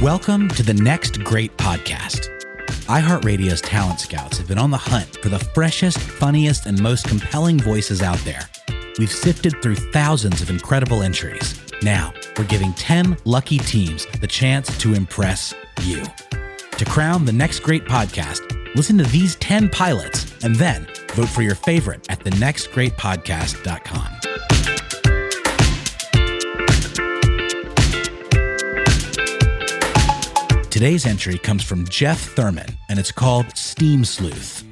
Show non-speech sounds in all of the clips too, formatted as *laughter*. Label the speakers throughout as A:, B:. A: Welcome to the next great podcast. iHeartRadio's talent scouts have been on the hunt for the freshest, funniest, and most compelling voices out there. We've sifted through thousands of incredible entries. Now, we're giving 10 lucky teams the chance to impress you. To crown the next great podcast, listen to these 10 pilots and then vote for your favorite at thenextgreatpodcast.com. Today's entry comes from Jeff Thurman, and it's called Steam Sleuth.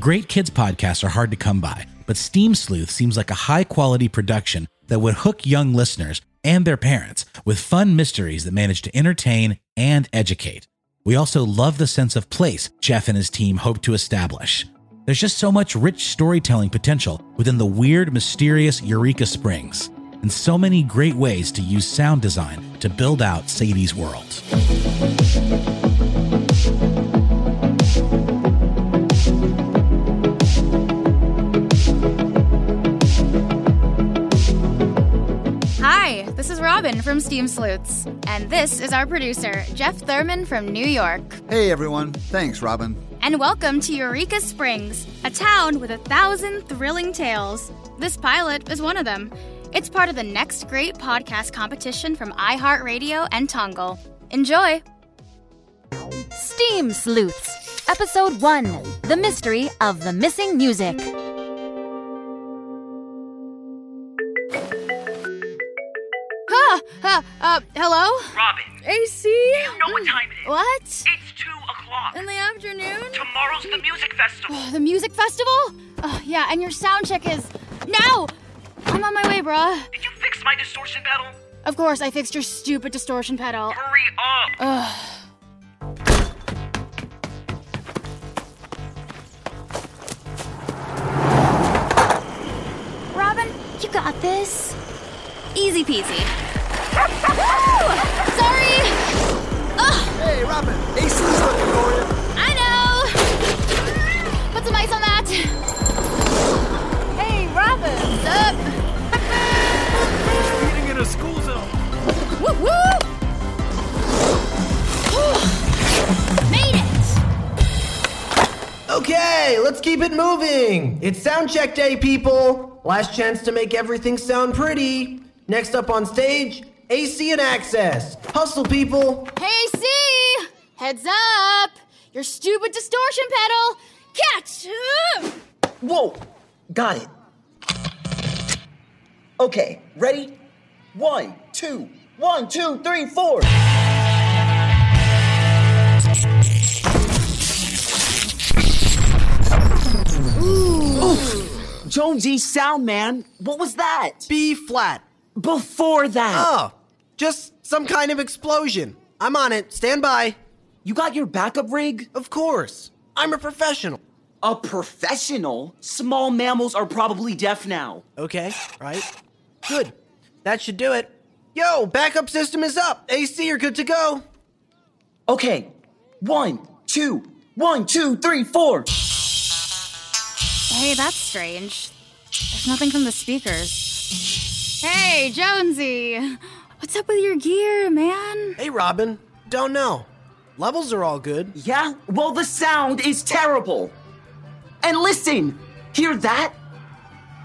A: Great kids podcasts are hard to come by, but Steam Sleuth seems like a high quality production that would hook young listeners and their parents with fun mysteries that manage to entertain and educate. We also love the sense of place Jeff and his team hope to establish. There's just so much rich storytelling potential within the weird, mysterious Eureka Springs, and so many great ways to use sound design to build out Sadie's world.
B: Hi, this is Robin from Steam Sleuths, and this is our producer, Jeff Thurman from New York.
C: Hey everyone, thanks Robin.
B: And welcome to Eureka Springs, a town with a thousand thrilling tales. This pilot is one of them. It's part of the next great podcast competition from iHeartRadio and Tongle. Enjoy!
D: Steam Sleuths, Episode 1 The Mystery of the Missing Music.
B: Ah, ah, uh, hello?
E: Robin,
B: AC?
E: you know what time it is.
B: What?
E: It's 2 o'clock.
B: In the afternoon? Oh,
E: Tomorrow's the music festival.
B: The music festival? Oh, yeah, and your sound check is. Now! I'm on my way, bruh.
E: Did you fix my distortion pedal?
B: Of course, I fixed your stupid distortion pedal.
E: Hurry up.
B: Robin, you got this. Easy peasy. *laughs* Sorry!
C: Hey Robin, AC's looking for you.
B: I know! Put some ice on that! Hey, Robin! Up!
F: in a school zone.
B: Woo woo! Made it!
G: Okay, let's keep it moving. It's sound check day, people. Last chance to make everything sound pretty. Next up on stage, AC and Access. Hustle, people.
B: Hey, C! Heads up! Your stupid distortion pedal! Catch! Ooh.
H: Whoa! Got it. Okay, ready? One, two, one, two, three, four. Oof. Jonesy Sound Man, what was that?
G: B flat.
H: Before that,
G: Oh, just some kind of explosion. I'm on it. Stand by.
H: you got your backup rig?
G: Of course. I'm a professional.
H: A professional? Small mammals are probably deaf now.
G: Okay, right. Good. That should do it. Yo, backup system is up. AC, you're good to go.
H: Okay, one, two, one, two, three, four.
B: Hey, that's strange. There's nothing from the speakers. Hey, Jonesy! What's up with your gear, man?
G: Hey, Robin. Don't know. Levels are all good.
H: Yeah? Well, the sound is terrible. And listen, hear that?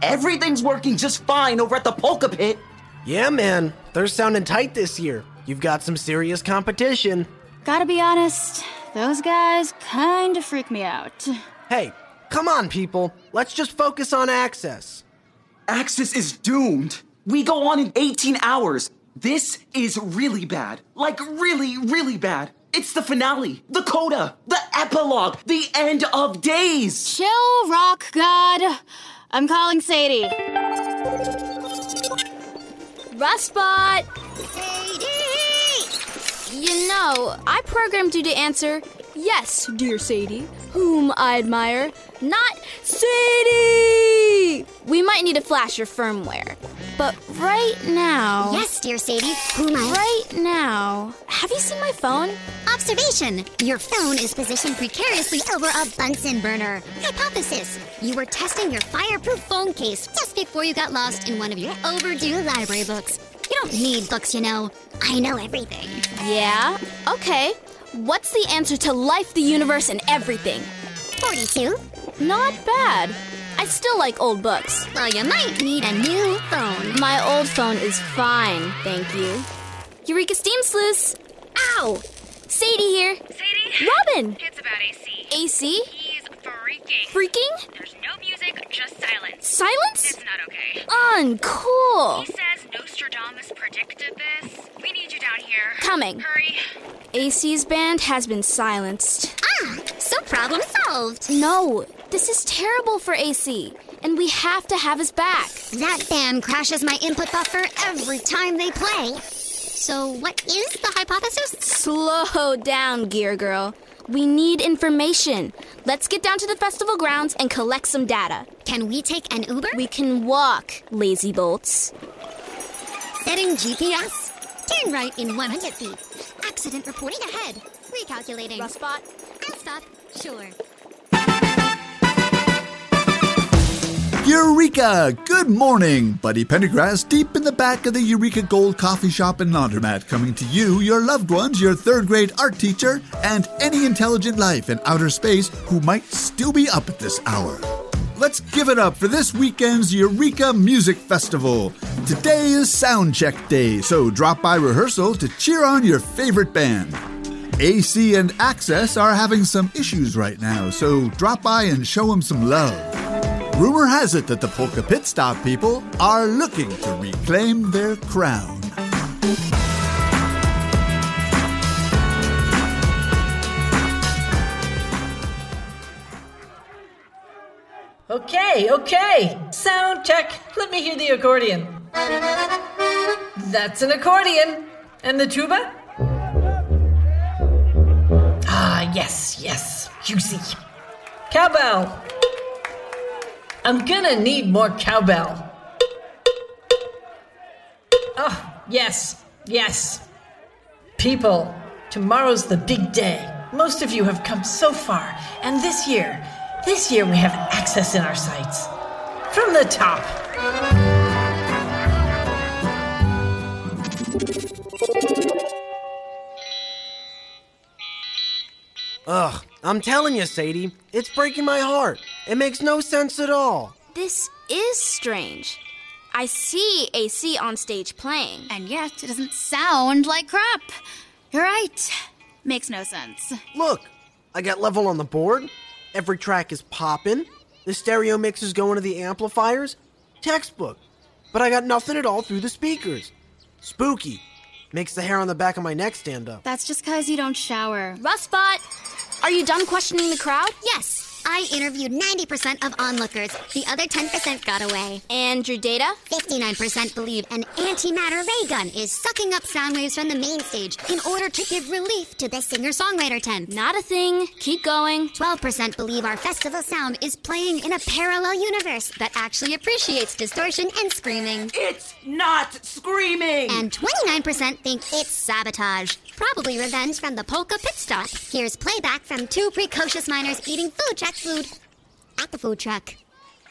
H: Everything's working just fine over at the polka pit.
G: Yeah, man. They're sounding tight this year. You've got some serious competition.
B: Gotta be honest, those guys kinda freak me out.
G: Hey, come on, people. Let's just focus on access.
H: Axis is doomed. We go on in 18 hours. This is really bad. Like, really, really bad. It's the finale, the coda, the epilogue, the end of days.
B: Chill, Oh, rock god. I'm calling Sadie.
I: Rustbot! You know, I programmed you to answer, yes, dear Sadie, whom I admire, not Sadie! We might need to flash your firmware. But right now.
J: Yes, dear Sadie. Whom I.
I: Right now. Have you seen my phone?
J: Observation. Your phone is positioned precariously over a Bunsen burner. Hypothesis. You were testing your fireproof phone case just before you got lost in one of your overdue library books. You don't need books, you know. I know everything.
I: Yeah? Okay. What's the answer to life, the universe, and everything?
J: 42.
I: Not bad. I still like old books.
J: Well, you might need a new phone.
I: My old phone is fine, thank you. Eureka Steam Sleuths! Ow! Sadie here.
F: Sadie?
I: Robin!
F: It's about AC.
I: AC?
F: He's freaking.
I: Freaking?
F: There's no music, just silence.
I: Silence?
F: It's not okay. He
I: Uncool!
F: says Nostradamus predicted this. We need you down here.
I: Coming.
F: Hurry.
I: AC's band has been silenced.
J: Ah, so problem solved.
I: No, this is terrible for AC, and we have to have his back.
J: That band crashes my input buffer every time they play. So, what is the hypothesis?
I: Slow down, Gear Girl. We need information. Let's get down to the festival grounds and collect some data.
J: Can we take an Uber?
I: We can walk, lazy bolts.
J: Setting GPS. Turn right in 100 feet. Accident reporting ahead. Recalculating.
I: Rough spot.
J: I'll stop. Sure.
K: Eureka! Good morning! Buddy Pendergrass, deep in the back of the Eureka Gold Coffee Shop and Laundromat, coming to you, your loved ones, your third grade art teacher, and any intelligent life in outer space who might still be up at this hour. Let's give it up for this weekend's Eureka Music Festival. Today is Soundcheck Day, so drop by rehearsal to cheer on your favorite band. AC and Access are having some issues right now, so drop by and show them some love. Rumor has it that the Polka Pit Stop people are looking to reclaim their crown.
L: Okay, okay. Sound check. Let me hear the accordion. That's an accordion. And the tuba? Ah, yes, yes. Juicy. Cowbell. I'm gonna need more cowbell. Oh, yes, yes. People, tomorrow's the big day. Most of you have come so far, and this year, this year we have access in our sights. From the top.
G: Ugh, I'm telling you, Sadie, it's breaking my heart. It makes no sense at all.
I: This is strange. I see AC on stage playing.
B: And yet, it doesn't sound like crap. You're right. Makes no sense.
G: Look, I got level on the board. Every track is poppin'. The stereo mix is going to the amplifiers. Textbook. But I got nothing at all through the speakers. Spooky. Makes the hair on the back of my neck stand up.
B: That's just because you don't shower.
I: Rustbot, Uh, are you done questioning the crowd?
J: Yes, I interviewed 90% of onlookers. The other 10% got away.
I: And your data?
J: 59% believe an antimatter ray gun is sucking up sound waves from the main stage in order to give relief to the singer songwriter tent.
I: Not a thing. Keep going.
J: 12% believe our festival sound is playing in a parallel universe that actually appreciates distortion and screaming.
H: It's not screaming!
J: And 29% think it's sabotage. Probably revenge from the polka pit stop. Here's playback from two precocious minors eating food truck food at the food truck.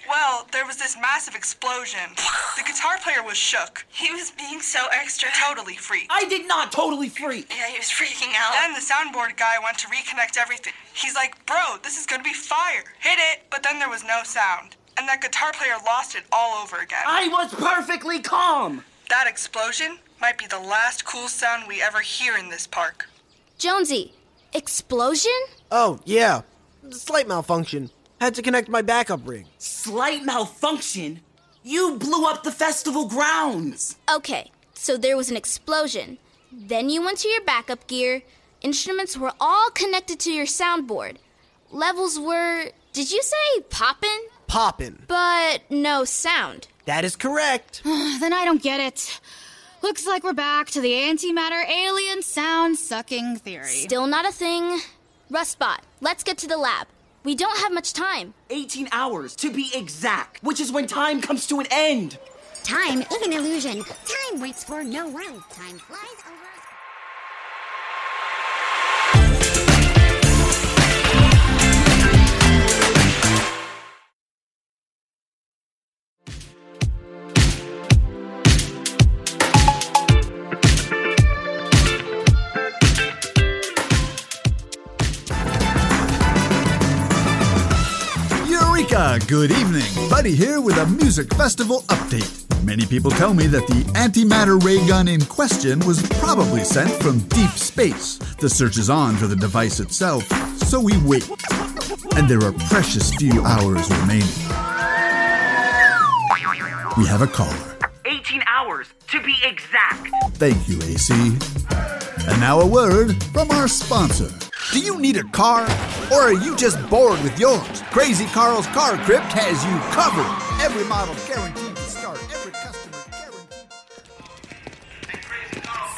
M: Well, there was this massive explosion. The guitar player was shook. He was being so extra. Totally freaked.
H: I did not totally freak.
M: Yeah, he was freaking out. Then the soundboard guy went to reconnect everything. He's like, bro, this is gonna be fire. Hit it. But then there was no sound. And that guitar player lost it all over again.
H: I was perfectly calm.
M: That explosion might be the last cool sound we ever hear in this park.
I: Jonesy, explosion?
G: Oh, yeah. Slight malfunction. Had to connect my backup rig.
H: Slight malfunction. You blew up the festival grounds.
I: Okay, so there was an explosion. Then you went to your backup gear. Instruments were all connected to your soundboard. Levels were, did you say poppin'?
G: Poppin'.
I: But no sound.
G: That is correct.
B: *sighs* then I don't get it. Looks like we're back to the antimatter alien sound sucking theory.
I: Still not a thing. Rustbot, let's get to the lab. We don't have much time.
H: 18 hours to be exact, which is when time comes to an end.
J: Time is an illusion. Time waits for no one. Time flies over.
K: Ah, good evening. Buddy here with a music festival update. Many people tell me that the antimatter ray gun in question was probably sent from deep space. The search is on for the device itself, so we wait. And there are precious few hours remaining. We have a caller.
E: 18 hours, to be exact.
K: Thank you, AC. And now a word from our sponsor. Do you need a car? Or are you just bored with yours? Crazy Carl's Car Crypt has you covered. Every model guaranteed to start. Every customer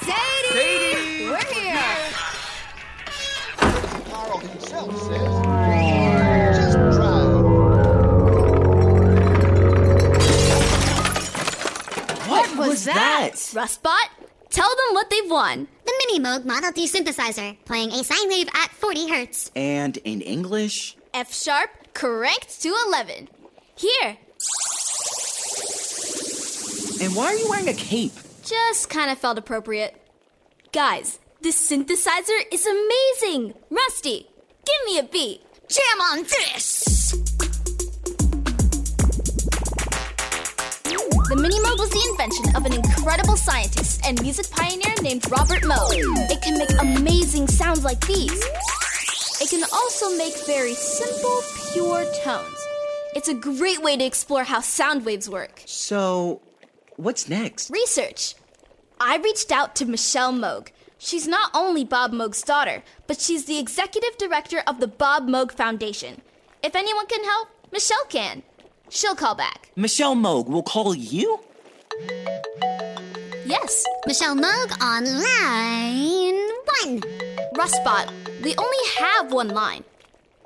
N: Sadie! We're here!
J: What
N: was that?
J: Rustbot, tell them what they've won. The Mini Moog Model D synthesizer, playing a sine wave at 40 hertz.
H: And in English?
I: F sharp, correct to 11. Here,
H: And why are you wearing a cape?
I: just kind of felt appropriate. Guys, this synthesizer is amazing! Rusty, give me a beat! Jam on this! The Mini Moog was the invention of an incredible scientist and music pioneer named Robert Moog. It can make amazing sounds like these. It can also make very simple, pure tones. It's a great way to explore how sound waves work.
H: So, what's next?
I: Research. I reached out to Michelle Moog. She's not only Bob Moog's daughter, but she's the executive director of the Bob Moog Foundation. If anyone can help, Michelle can. She'll call back.
H: Michelle Moog will call you?
I: Yes.
J: Michelle Moog on line one.
I: Rustbot, we only have one line.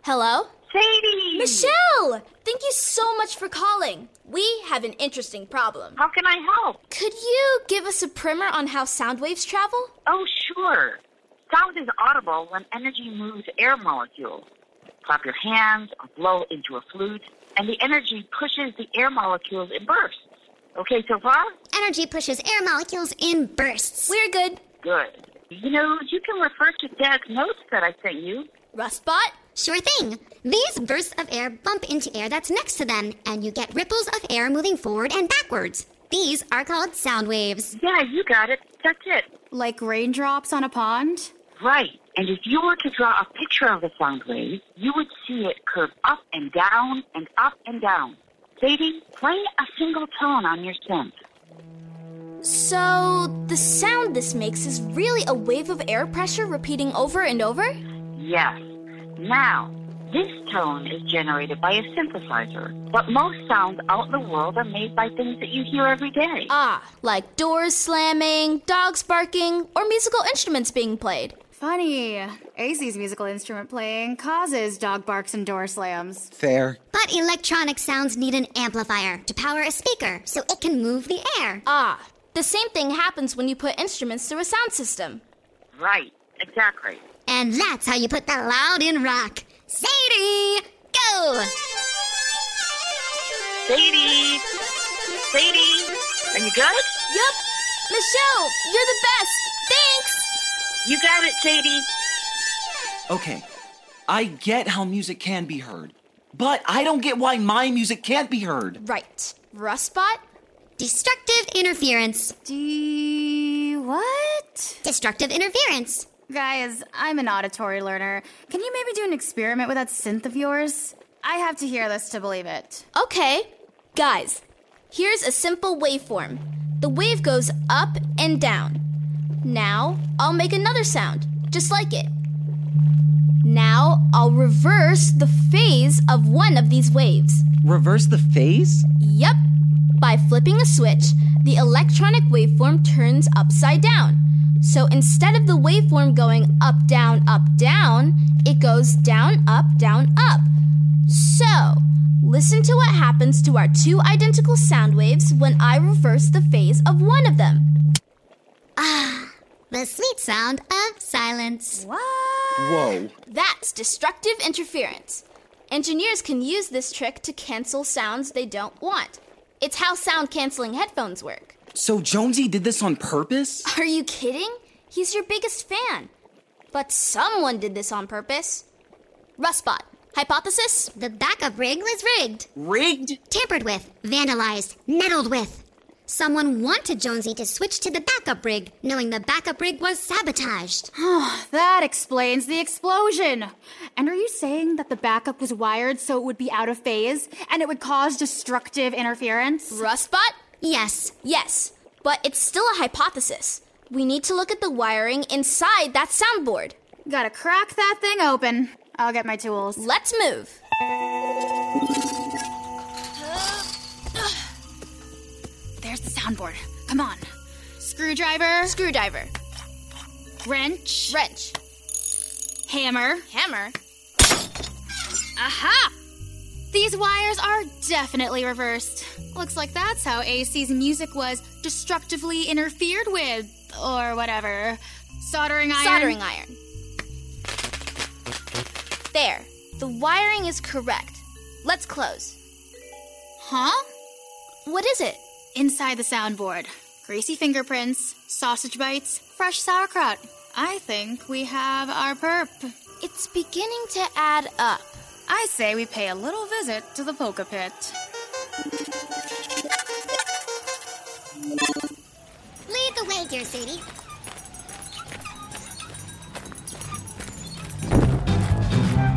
I: Hello? Sadie! Michelle! Thank you so much for calling. We have an interesting problem. How can I help? Could you give us a primer on how sound waves travel?
O: Oh, sure. Sound is audible when energy moves air molecules. Clap your hands or blow into a flute, and the energy pushes the air molecules in bursts. Okay, so far?
J: Energy pushes air molecules in bursts.
I: We're good.
O: Good. You know, you can refer to Dad's notes that I sent you.
I: Rustbot?
J: Sure thing. These bursts of air bump into air that's next to them, and you get ripples of air moving forward and backwards. These are called sound waves.
O: Yeah, you got it. That's it.
B: Like raindrops on a pond?
O: Right. And if you were to draw a picture of the sound wave, you would see it curve up and down and up and down. Sadie, play a single tone on your synth.
I: So, the sound this makes is really a wave of air pressure repeating over and over?
O: Yes. Now, this tone is generated by a synthesizer, but most sounds out in the world are made by things that you hear every day.
I: Ah, like doors slamming, dogs barking, or musical instruments being played.
B: Funny. AZ's musical instrument playing causes dog barks and door slams.
H: Fair.
J: But electronic sounds need an amplifier to power a speaker so it can move the air.
I: Ah, the same thing happens when you put instruments through a sound system.
O: Right, exactly.
J: And that's how you put that loud in rock. Sadie, go!
O: Sadie! Sadie! Are you good?
I: Yep. Michelle, you're the best. Thanks.
O: You got it, Sadie.
H: Okay, I get how music can be heard, but I don't get why my music can't be heard.
I: Right. Rustbot?
J: Destructive interference.
B: D. what?
J: Destructive interference.
B: Guys, I'm an auditory learner. Can you maybe do an experiment with that synth of yours? I have to hear this to believe it.
I: Okay. Guys, here's a simple waveform. The wave goes up and down. Now, I'll make another sound, just like it. Now, I'll reverse the phase of one of these waves.
H: Reverse the phase?
I: Yep. By flipping a switch, the electronic waveform turns upside down. So instead of the waveform going up, down, up, down, it goes down, up, down, up. So, listen to what happens to our two identical sound waves when I reverse the phase of one of them.
J: Ah, The sweet sound of silence.
H: Whoa.
I: That's destructive interference. Engineers can use this trick to cancel sounds they don't want. It's how sound canceling headphones work.
H: So Jonesy did this on purpose?
I: Are you kidding? He's your biggest fan. But someone did this on purpose. Rustbot, Hypothesis?
J: The backup rig was rigged.
H: Rigged?
J: Tampered with, vandalized, meddled with. Someone wanted Jonesy to switch to the backup rig, knowing the backup rig was sabotaged.
B: *sighs* that explains the explosion. And are you saying that the backup was wired so it would be out of phase and it would cause destructive interference?
I: Rustbot?
J: Yes.
I: Yes. But it's still a hypothesis. We need to look at the wiring inside that soundboard.
B: Gotta crack that thing open. I'll get my tools.
I: Let's move.
B: There's the soundboard. Come on. Screwdriver.
I: Screwdriver.
B: Wrench.
I: Wrench.
B: Hammer.
I: Hammer.
B: Aha! These wires are definitely reversed. Looks like that's how AC's music was destructively interfered with, or whatever. Soldering iron.
I: Soldering iron. There. The wiring is correct. Let's close.
B: Huh?
I: What is it?
B: Inside the soundboard greasy fingerprints, sausage bites, fresh sauerkraut. I think we have our perp.
I: It's beginning to add up.
B: I say we pay a little visit to the polka pit.
J: Lead the way, dear Sadie.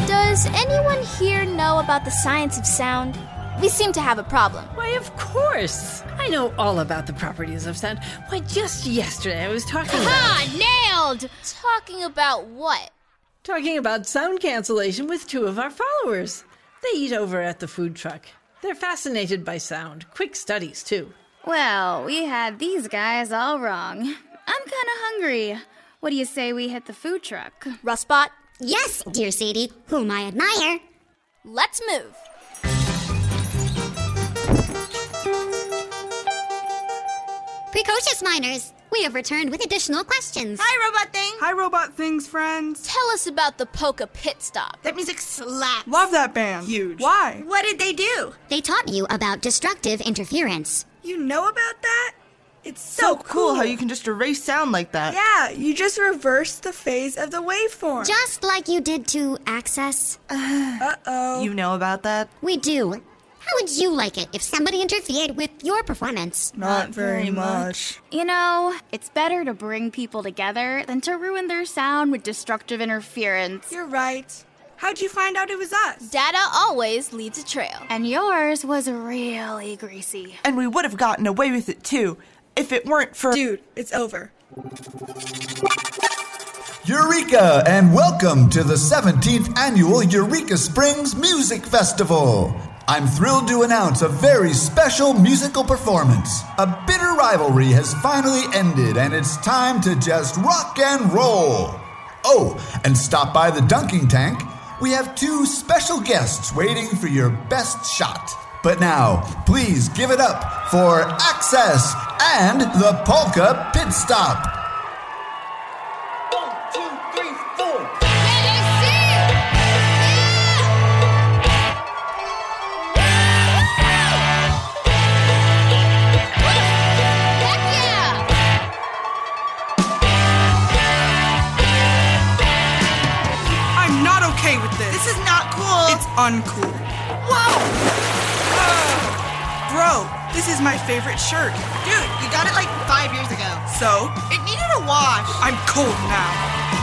I: Does anyone here know about the science of sound? We seem to have a problem.
L: Why, of course. I know all about the properties of sound. Why, just yesterday I was talking about.
I: Ha! Nailed! Talking about what?
L: Talking about sound cancellation with two of our followers. They eat over at the food truck. They're fascinated by sound. Quick studies, too.
B: Well, we had these guys all wrong. I'm kind of hungry. What do you say we hit the food truck?
I: Rustbot?
J: Yes, dear Sadie, whom I admire.
I: Let's move.
J: Precocious miners, we have returned with additional questions.
F: Hi, Robot Thing.
M: Hi, Robot Things friends.
I: Tell us about the polka pit stop.
F: That music slaps.
M: Love that band.
F: Huge.
M: Why?
F: What did they do?
J: They taught you about destructive interference.
F: You know about that? It's
P: So cool how you can just erase sound like that.
F: Yeah, you just reverse the phase of the waveform.
J: Just like you did to Access.
F: Uh oh.
P: You know about that?
J: We do. How would you like it if somebody interfered with your performance?
P: Not very much.
B: You know, it's better to bring people together than to ruin their sound with destructive interference.
F: You're right. How'd you find out it was us?
I: Data always leads a trail.
B: And yours was really greasy.
P: And we would have gotten away with it too if it weren't for.
F: Dude, it's over.
K: Eureka, and welcome to the 17th annual Eureka Springs Music Festival. I'm thrilled to announce a very special musical performance. A bitter rivalry has finally ended, and it's time to just rock and roll. Oh, and stop by the dunking tank. We have two special guests waiting for your best shot. But now, please give it up for Access and the Polka Pit Stop.
M: I'm not okay with this.
P: This is not cool.
M: It's uncool. Whoa! Oh. Bro, this is my favorite shirt.
P: Dude, you got it like five years ago.
M: So?
P: It needed a wash.
M: I'm cold now.